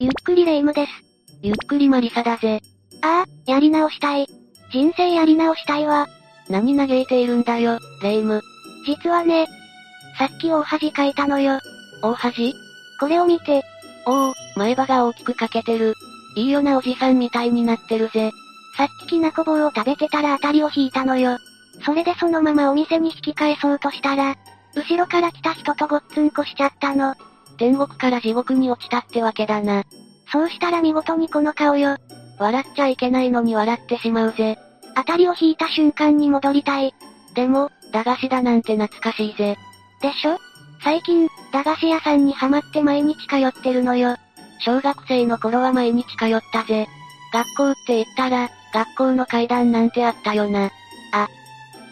ゆっくりレ夢ムです。ゆっくりマリサだぜ。ああ、やり直したい。人生やり直したいわ。何嘆いているんだよ、レ夢ム。実はね、さっき大恥かいたのよ。大恥これを見て、おお、前歯が大きく欠けてる。いいよなおじさんみたいになってるぜ。さっききなこ棒を食べてたら当たりを引いたのよ。それでそのままお店に引き返そうとしたら、後ろから来た人とごっつんこしちゃったの。天国から地獄に落ちたってわけだな。そうしたら見事にこの顔よ。笑っちゃいけないのに笑ってしまうぜ。当たりを引いた瞬間に戻りたい。でも、駄菓子だなんて懐かしいぜ。でしょ最近、駄菓子屋さんにハマって毎日通ってるのよ。小学生の頃は毎日通ったぜ。学校って言ったら、学校の階段なんてあったよな。あ。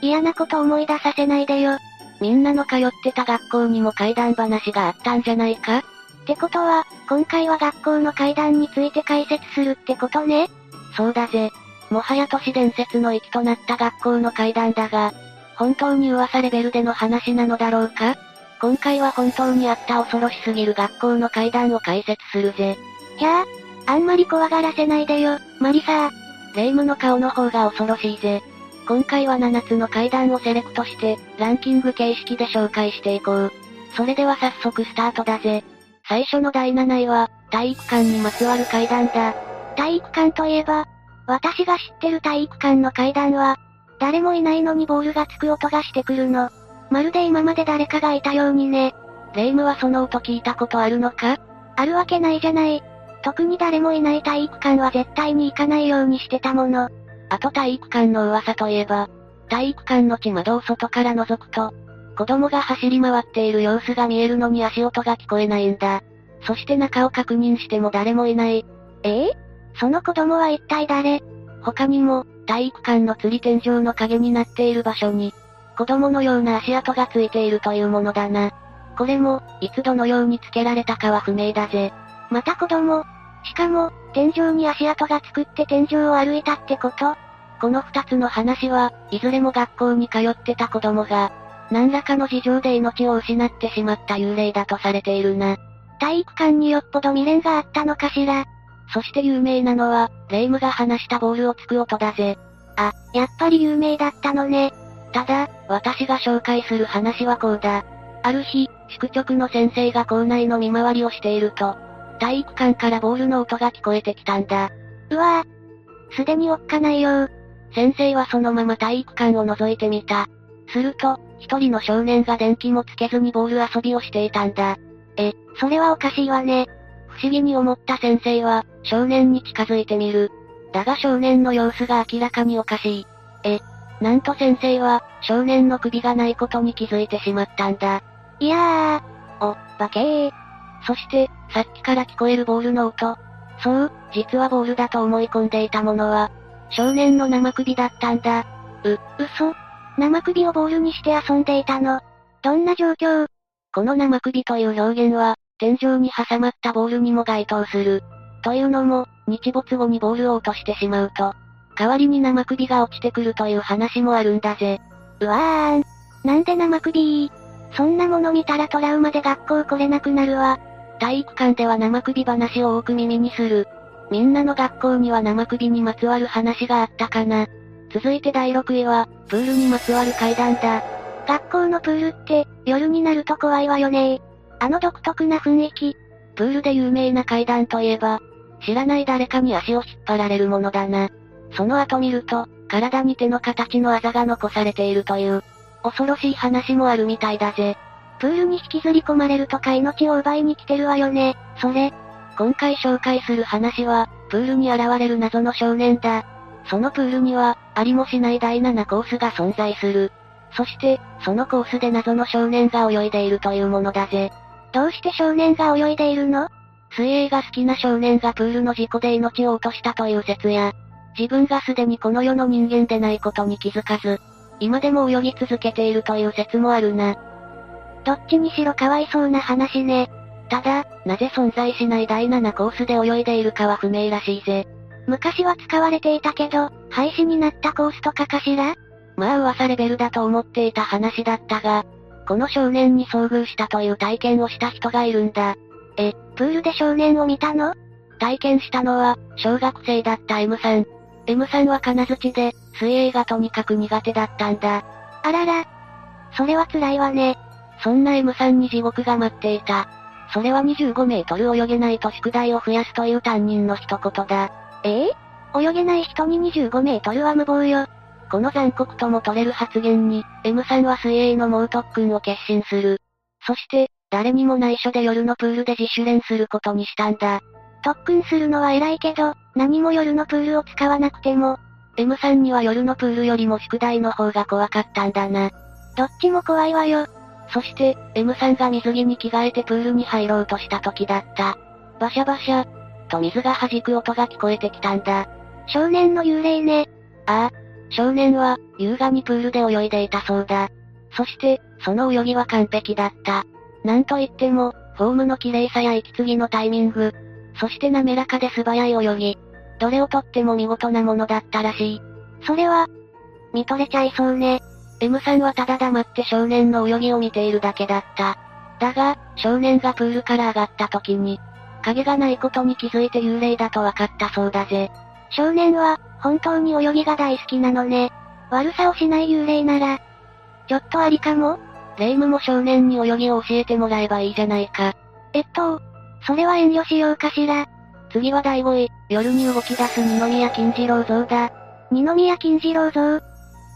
嫌なこと思い出させないでよ。みんなの通ってた学校にも階段話があったんじゃないかってことは、今回は学校の階段について解説するってことね。そうだぜ。もはや都市伝説の域となった学校の階段だが、本当に噂レベルでの話なのだろうか今回は本当にあった恐ろしすぎる学校の階段を解説するぜ。ひゃあ、あんまり怖がらせないでよ、マリサー。霊夢の顔の方が恐ろしいぜ。今回は7つの階段をセレクトして、ランキング形式で紹介していこう。それでは早速スタートだぜ。最初の第7位は、体育館にまつわる階段だ。体育館といえば、私が知ってる体育館の階段は、誰もいないのにボールがつく音がしてくるの。まるで今まで誰かがいたようにね。霊夢はその音聞いたことあるのかあるわけないじゃない。特に誰もいない体育館は絶対に行かないようにしてたもの。あと体育館の噂といえば、体育館の地窓を外から覗くと、子供が走り回っている様子が見えるのに足音が聞こえないんだ。そして中を確認しても誰もいない。ええその子供は一体誰他にも、体育館の釣り天井の影になっている場所に、子供のような足跡がついているというものだな。これも、いつどのようにつけられたかは不明だぜ。また子供。しかも、天井に足跡が作って天井を歩いたってことこの二つの話は、いずれも学校に通ってた子供が、何らかの事情で命を失ってしまった幽霊だとされているな。体育館によっぽど未練があったのかしら。そして有名なのは、霊夢が話したボールをつく音だぜ。あ、やっぱり有名だったのね。ただ、私が紹介する話はこうだ。ある日、宿直の先生が校内の見回りをしていると、体育館からボールの音が聞こえてきたんだ。うわぁ。すでにおっかないよー。先生はそのまま体育館を覗いてみた。すると、一人の少年が電気もつけずにボール遊びをしていたんだ。え、それはおかしいわね。不思議に思った先生は、少年に近づいてみる。だが少年の様子が明らかにおかしい。え、なんと先生は、少年の首がないことに気づいてしまったんだ。いやー、お、化けー。そして、さっきから聞こえるボールの音。そう、実はボールだと思い込んでいたものは、少年の生首だったんだ。う、嘘生首をボールにして遊んでいたの。どんな状況この生首という表現は、天井に挟まったボールにも該当する。というのも、日没後にボールを落としてしまうと、代わりに生首が落ちてくるという話もあるんだぜ。うわーん。なんで生首そんなもの見たらトラウマで学校来れなくなるわ。体育館では生首話を多く耳にする。みんなの学校には生首にまつわる話があったかな。続いて第6位は、プールにまつわる階段だ。学校のプールって、夜になると怖いわよねあの独特な雰囲気。プールで有名な階段といえば、知らない誰かに足を引っ張られるものだな。その後見ると、体に手の形のあざが残されているという、恐ろしい話もあるみたいだぜ。プールに引きずり込まれるとか命を奪いに来てるわよね、それ。今回紹介する話は、プールに現れる謎の少年だ。そのプールには、ありもしない第7コースが存在する。そして、そのコースで謎の少年が泳いでいるというものだぜ。どうして少年が泳いでいるの水泳が好きな少年がプールの事故で命を落としたという説や、自分がすでにこの世の人間でないことに気づかず、今でも泳ぎ続けているという説もあるな。どっちにしろかわいそうな話ね。ただ、なぜ存在しない第7コースで泳いでいるかは不明らしいぜ。昔は使われていたけど、廃止になったコースとかかしらまあ噂レベルだと思っていた話だったが、この少年に遭遇したという体験をした人がいるんだ。え、プールで少年を見たの体験したのは、小学生だった M さん。M さんは金槌で、水泳がとにかく苦手だったんだ。あらら。それは辛いわね。そんな M さんに地獄が待っていた。それは25メートル泳げないと宿題を増やすという担任の一言だ。ええ泳げない人に25メートルは無謀よ。この残酷とも取れる発言に、M さんは水泳の猛特訓を決心する。そして、誰にも内緒で夜のプールで自主練することにしたんだ。特訓するのは偉いけど、何も夜のプールを使わなくても、 M さんには夜のプールよりも宿題の方が怖かったんだな。どっちも怖いわよ。そして、M さんが水着に着替えてプールに入ろうとした時だった。バシャバシャ、と水が弾く音が聞こえてきたんだ。少年の幽霊ね。少年は、優雅にプールで泳いでいたそうだ。そして、その泳ぎは完璧だった。なんといっても、フォームの綺麗さや息継ぎのタイミング、そして滑らかで素早い泳ぎ、どれをとっても見事なものだったらしい。それは、見とれちゃいそうね。 M さんはただ黙って少年の泳ぎを見ているだけだった。だが、少年がプールから上がった時に、影がないことに気づいて幽霊だと分かったそうだぜ。少年は、本当に泳ぎが大好きなのね。悪さをしない幽霊なら、ちょっとありかも霊夢も少年に泳ぎを教えてもらえばいいじゃないか。えっと、それは遠慮しようかしら。次は第5位、夜に動き出す二宮金次郎像だ。二宮金次郎像。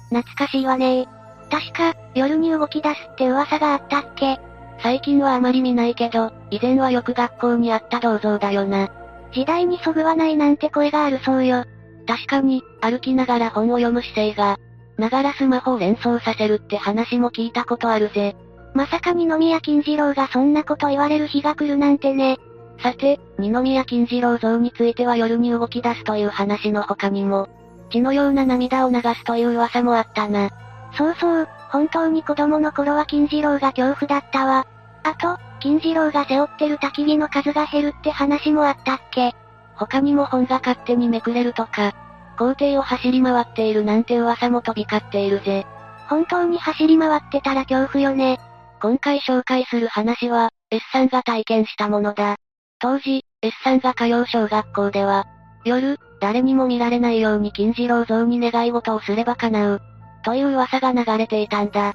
懐かしいわね確か、夜に動き出すって噂があったっけ最近はあまり見ないけど、以前はよく学校にあった銅像だよな。時代にそぐわないなんて声があるそうよ。確かに、歩きながら本を読む姿勢が、ながらスマホを連想させるって話も聞いたことあるぜ。まさか二宮金次郎がそんなこと言われる日が来るなんてね。さて、二宮金次郎像については夜に動き出すという話の他にも、血のような涙を流すという噂もあったな。そうそう、本当に子供の頃は金次郎が恐怖だったわ。あと、金次郎が背負ってる焚き火の数が減るって話もあったっけ他にも本が勝手にめくれるとか、校庭を走り回っているなんて噂も飛び交っているぜ。本当に走り回ってたら恐怖よね。今回紹介する話は、S さんが体験したものだ。当時、S さんが通う小学校では、夜、誰にも見られないように金次郎像に願い事をすれば叶う、という噂が流れていたんだ。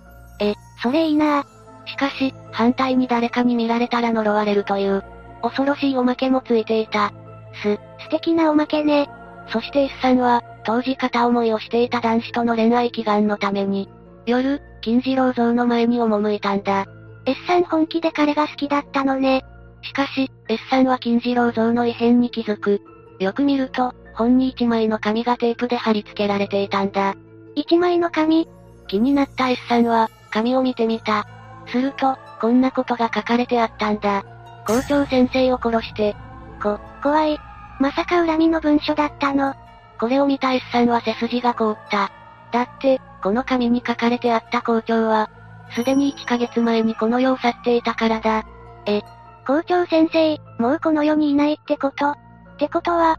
それいいなぁ。しかし、反対に誰かに見られたら呪われるという、恐ろしいおまけもついていた。す、素敵なおまけね。そして S さんは、当時片思いをしていた男子との恋愛祈願のために、夜、金次郎像の前に赴いたんだ。 S さん本気で彼が好きだったのね。しかし、S さんは金次郎像の異変に気づく。よく見ると、本に一枚の紙がテープで貼り付けられていたんだ。一枚の紙、気になった S さんは、紙を見てみた。すると、こんなことが書かれてあったんだ。校長先生を殺して、怖い。まさか恨みの文書だったの。これを見た S さんは背筋が凍った。だって、この紙に書かれてあった校長は、すでに1ヶ月前にこの世を去っていたからだ。校長先生、もうこの世にいないってことってことは、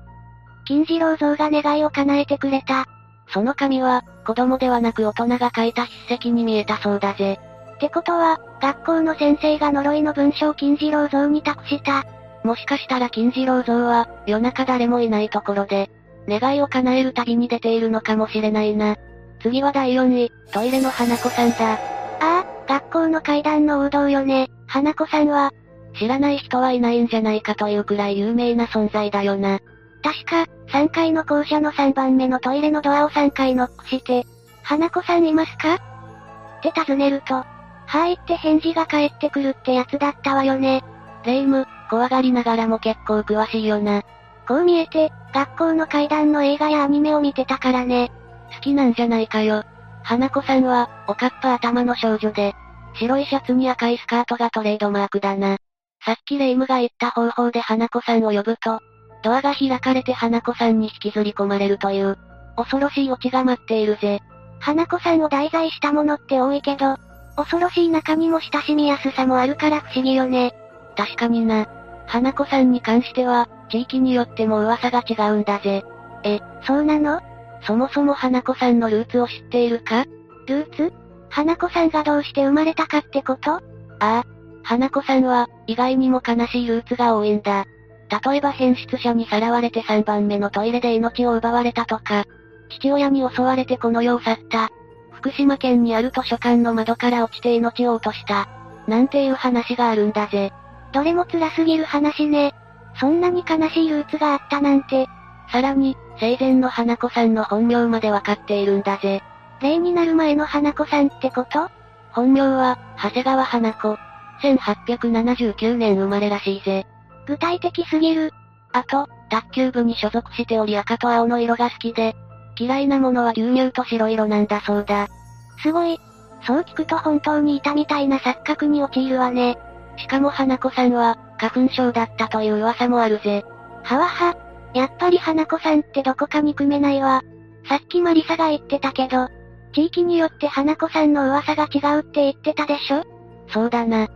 金次郎像が願いを叶えてくれた。その紙は、子供ではなく大人が書いた筆跡に見えたそうだぜ。ってことは、学校の先生が呪いの文章を金次郎像に託した。もしかしたら金次郎像は、夜中誰もいないところで、願いを叶える旅に出ているのかもしれないな。次は第4位、トイレの花子さんだ。ああ、学校の階段の王道よね。花子さんは、知らない人はいないんじゃないかというくらい有名な存在だよな。確か、3階の校舎の3番目のトイレのドアを3回ノックして、花子さんいますかって尋ねると、はいって返事が返ってくるってやつだったわよね。霊夢、怖がりながらも結構詳しいよな。こう見えて、学校の階段の映画やアニメを見てたからね。好きなんじゃないかよ。花子さんは、おかっぱ頭の少女で、白いシャツに赤いスカートがトレードマークだな。さっきレイムが言った方法で花子さんを呼ぶと、ドアが開かれて花子さんに引きずり込まれるという、恐ろしいオチが待っているぜ。花子さんを題材したものって多いけど、恐ろしい中にも親しみやすさもあるから不思議よね。確かにな。花子さんに関しては、地域によっても噂が違うんだぜ。そうなのそもそも花子さんのルーツを知っているかルーツ花子さんがどうして生まれたかってこと花子さんは、意外にも悲しいルーツが多いんだ。例えば変質者にさらわれて3番目のトイレで命を奪われたとか、父親に襲われてこの世を去った、福島県にある図書館の窓から落ちて命を落とした、なんていう話があるんだぜ。どれも辛すぎる話ね。そんなに悲しいルーツがあったなんて、さらに、生前の花子さんの本名までわかっているんだぜ。例になる前の花子さんってこと本名は、長谷川花子。1879年生まれらしいぜ。具体的すぎる。あと、卓球部に所属しており赤と青の色が好きで、嫌いなものは牛乳と白色なんだそうだ。すごい。そう聞くと本当にいたみたいな錯覚に陥るわね。しかも花子さんは、花粉症だったという噂もあるぜ。はわは。やっぱり花子さんってどこか憎めないわ。さっきマリサが言ってたけど、地域によって花子さんの噂が違うって言ってたでしょそうだな。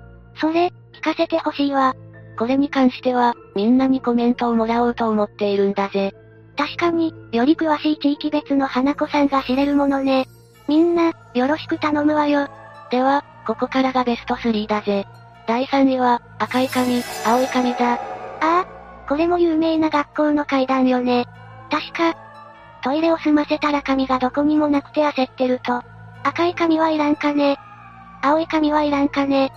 それ、聞かせてほしいわ。これに関しては、みんなにコメントをもらおうと思っているんだぜ。確かに、より詳しい地域別の花子さんが知れるものね。みんな、よろしく頼むわよ。では、ここからがベスト3だぜ。第3位は、赤い髪、青い髪だ。ああ、これも有名な学校の階段よね。確か、トイレを済ませたら髪がどこにもなくて焦ってると、赤い髪はいらんかね。青い髪はいらんかね。っ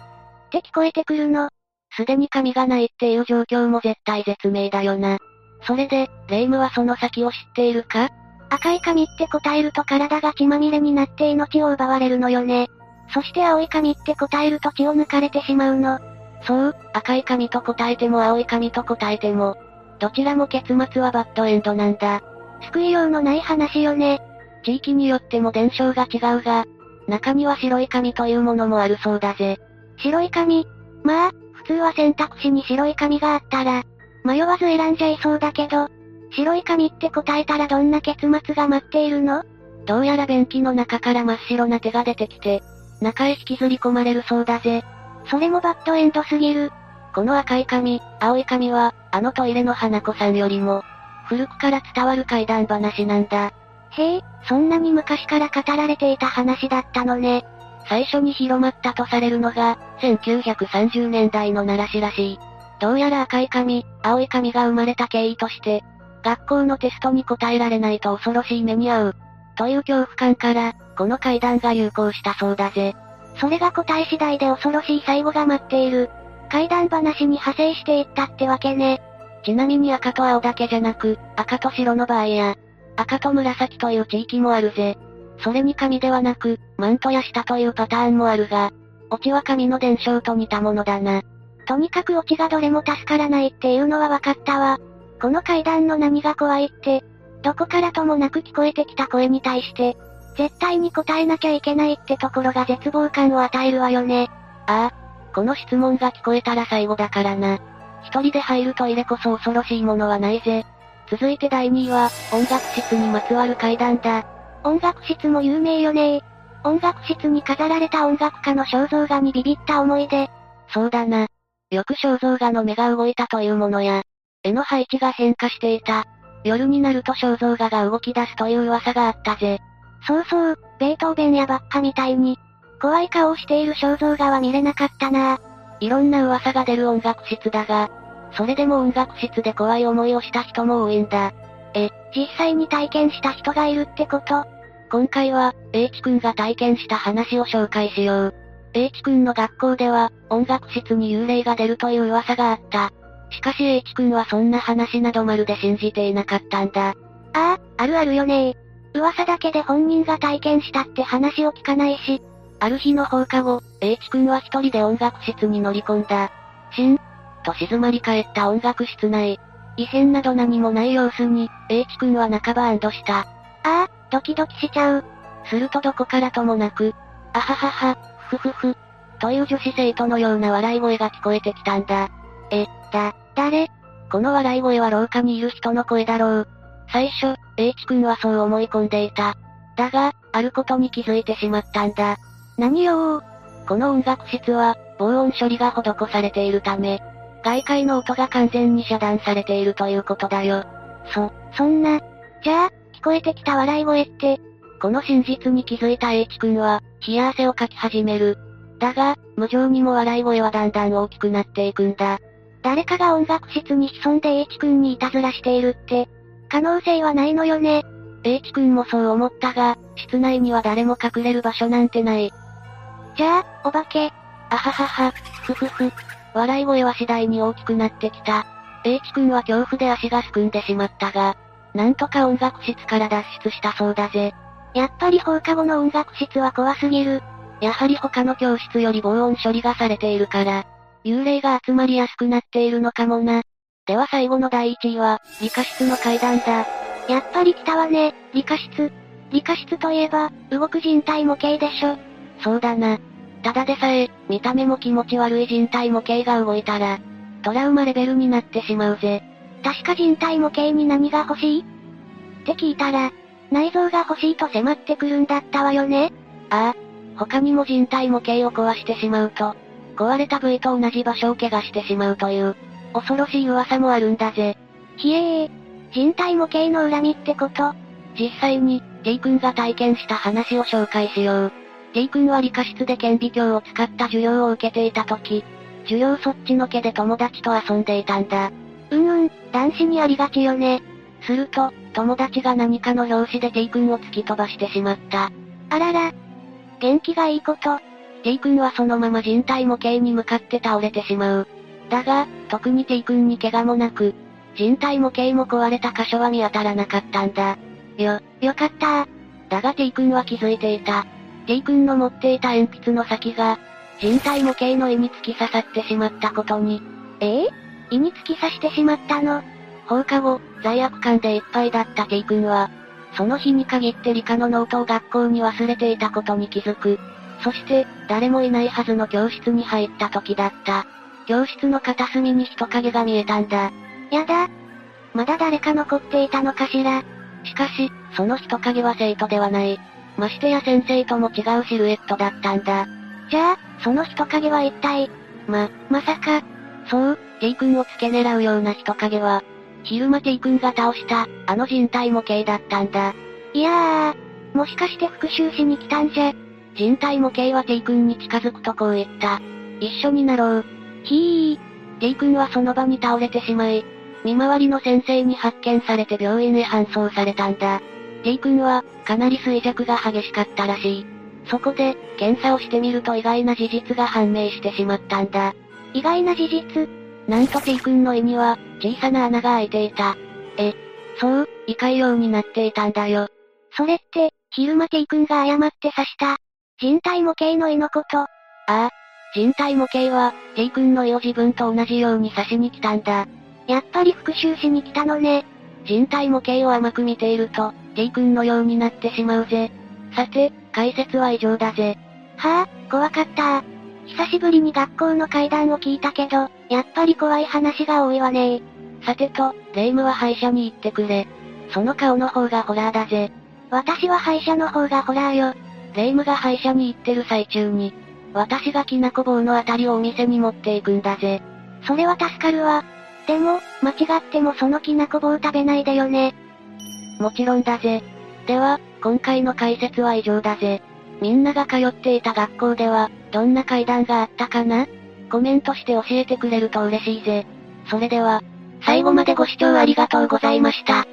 て聞こえてくるの。すでに髪がないっていう状況も絶対絶命だよな。それで、レイムはその先を知っているか赤い髪って答えると体が血まみれになって命を奪われるのよね。そして青い髪って答えると血を抜かれてしまうの。そう、赤い髪と答えても青い髪と答えても、どちらも結末はバッドエンドなんだ。救いようのない話よね。地域によっても伝承が違うが、中には白い髪というものもあるそうだぜ。白い髪。まあ、普通は選択肢に白い髪があったら、迷わず選んじゃいそうだけど、白い髪って答えたらどんな結末が待っているのどうやら便器の中から真っ白な手が出てきて、中へ引きずり込まれるそうだぜ。それもバッドエンドすぎる。この赤い髪、青い髪は、あのトイレの花子さんよりも、古くから伝わる怪談話なんだ。へえ、そんなに昔から語られていた話だったのね。最初に広まったとされるのが、1930年代の奈良市らしい。どうやら赤い髪、青い髪が生まれた経緯として、学校のテストに答えられないと恐ろしい目に遭う。という恐怖感から、この階段が流行したそうだぜ。それが答え次第で恐ろしい最後が待っている。怪談話に派生していったってわけね。ちなみに赤と青だけじゃなく、赤と白の場合や、赤と紫という地域もあるぜ。それに髪ではなく、マントや舌というパターンもあるが、オチは髪の伝承と似たものだな。とにかくオチがどれも助からないっていうのは分かったわ。この階段の何が怖いって、どこからともなく聞こえてきた声に対して、絶対に答えなきゃいけないってところが絶望感を与えるわよね。ああ、この質問が聞こえたら最後だからな。一人で入るトイレこそ恐ろしいものはないぜ。続いて第2位は、音楽室にまつわる階段だ。音楽室も有名よね音楽室に飾られた音楽家の肖像画にビビった思い出。そうだな。よく肖像画の目が動いたというものや、絵の配置が変化していた。夜になると肖像画が動き出すという噂があったぜ。そうそう、ベートーベンやバッハみたいに、怖い顔をしている肖像画は見れなかったなぁ。いろんな噂が出る音楽室だが、それでも音楽室で怖い思いをした人も多いんだ。実際に体験した人がいるってこと。今回は、H 君が体験した話を紹介しよう。H 君の学校では、音楽室に幽霊が出るという噂があった。しかし H 君はそんな話などまるで信じていなかったんだ。ああ、あるあるよね噂だけで本人が体験したって話を聞かないし、ある日の放課後、H 君は一人で音楽室に乗り込んだ。しんと静まり返った音楽室内。異変など何もない様子に、H 君は半ば安堵した。ああ、ドキドキしちゃう。するとどこからともなく、あははは、ふふふ、という女子生徒のような笑い声が聞こえてきたんだ。誰この笑い声は廊下にいる人の声だろう。最初、H 君はそう思い込んでいた。だが、あることに気づいてしまったんだ。何よーこの音楽室は、防音処理が施されているため、外界の音が完全に遮断されているということだよ。そ、そんな。じゃあ、聞こえてきた笑い声って、この真実に気づいた H 君は、冷や汗をかき始める。だが、無情にも笑い声はだんだん大きくなっていくんだ。誰かが音楽室に潜んで H 君にいたずらしているって、可能性はないのよね。 H 君もそう思ったが、室内には誰も隠れる場所なんてない。じゃあ、お化け。あははは、ふふふ。笑い声は次第に大きくなってきた。H 君は恐怖で足がすくんでしまったが、なんとか音楽室から脱出したそうだぜ。やっぱり放課後の音楽室は怖すぎる。やはり他の教室より防音処理がされているから、幽霊が集まりやすくなっているのかもな。では最後の第1位は、理科室の階段だ。やっぱり来たわね、理科室。理科室といえば、動く人体模型でしょ。そうだな。ただでさえ、見た目も気持ち悪い人体模型が動いたら、トラウマレベルになってしまうぜ。確か人体模型に何が欲しいって聞いたら、内臓が欲しいと迫ってくるんだったわよね。ああ、他にも人体模型を壊してしまうと、壊れた部位と同じ場所を怪我してしまうという、恐ろしい噂もあるんだぜ。ひえー、人体模型の恨みってこと実際に、T 君が体験した話を紹介しよう。T 君は理科室で顕微鏡を使った授業を受けていた時、授業そっちのけで友達と遊んでいたんだ。うんうん、男子にありがちよね。すると、友達が何かの拍子で T 君を突き飛ばしてしまった。あらら。元気がいいこと。 T 君はそのまま人体模型に向かって倒れてしまう。だが、特に T 君に怪我もなく、人体模型も壊れた箇所は見当たらなかったんだ。よ、よかった。だが T 君は気づいていた。T 君の持っていた鉛筆の先が、人体模型の胃に突き刺さってしまったことに。ええ胃に突き刺してしまったの放課後、罪悪感でいっぱいだった T 君は、その日に限って理科のノートを学校に忘れていたことに気づく。そして、誰もいないはずの教室に入った時だった。教室の片隅に人影が見えたんだ。やだ。まだ誰か残っていたのかしら。しかし、その人影は生徒ではない。ましてや先生とも違うシルエットだったんだ。じゃあ、その人影は一体ま、まさか。そう、T 君を付け狙うような人影は、昼間 T 君が倒した、あの人体模型だったんだ。いやー、もしかして復讐しに来たんじゃ。人体模型は T 君に近づくとこう言った。一緒になろう。ひー。 T 君はその場に倒れてしまい、見回りの先生に発見されて病院へ搬送されたんだ。T 君は、かなり衰弱が激しかったらしい。そこで、検査をしてみると意外な事実が判明してしまったんだ。意外な事実なんと T 君の胃には、小さな穴が開いていた。え、そう、胃潰瘍になっていたんだよ。それって、昼間 T 君が誤って刺した、人体模型の胃のこと。ああ、人体模型は、T 君の胃を自分と同じように刺しに来たんだ。やっぱり復讐しに来たのね。人体模型を甘く見ていると、T 君のようになってしまうぜ。さて、解説は以上だぜ。はあ、怖かった。久しぶりに学校の階段を聞いたけど、やっぱり怖い話が多いわねさてと、霊夢は歯医者に行ってくれ。その顔の方がホラーだぜ。私は歯医者の方がホラーよ。霊夢が歯医者に行ってる最中に、私がきなこ棒のあたりをお店に持っていくんだぜ。それは助かるわ。でも、間違ってもそのきなこ棒食べないでよね。もちろんだぜ。では、今回の解説は以上だぜ。みんなが通っていた学校では、どんな階段があったかなコメントして教えてくれると嬉しいぜ。それでは、最後までご視聴ありがとうございました。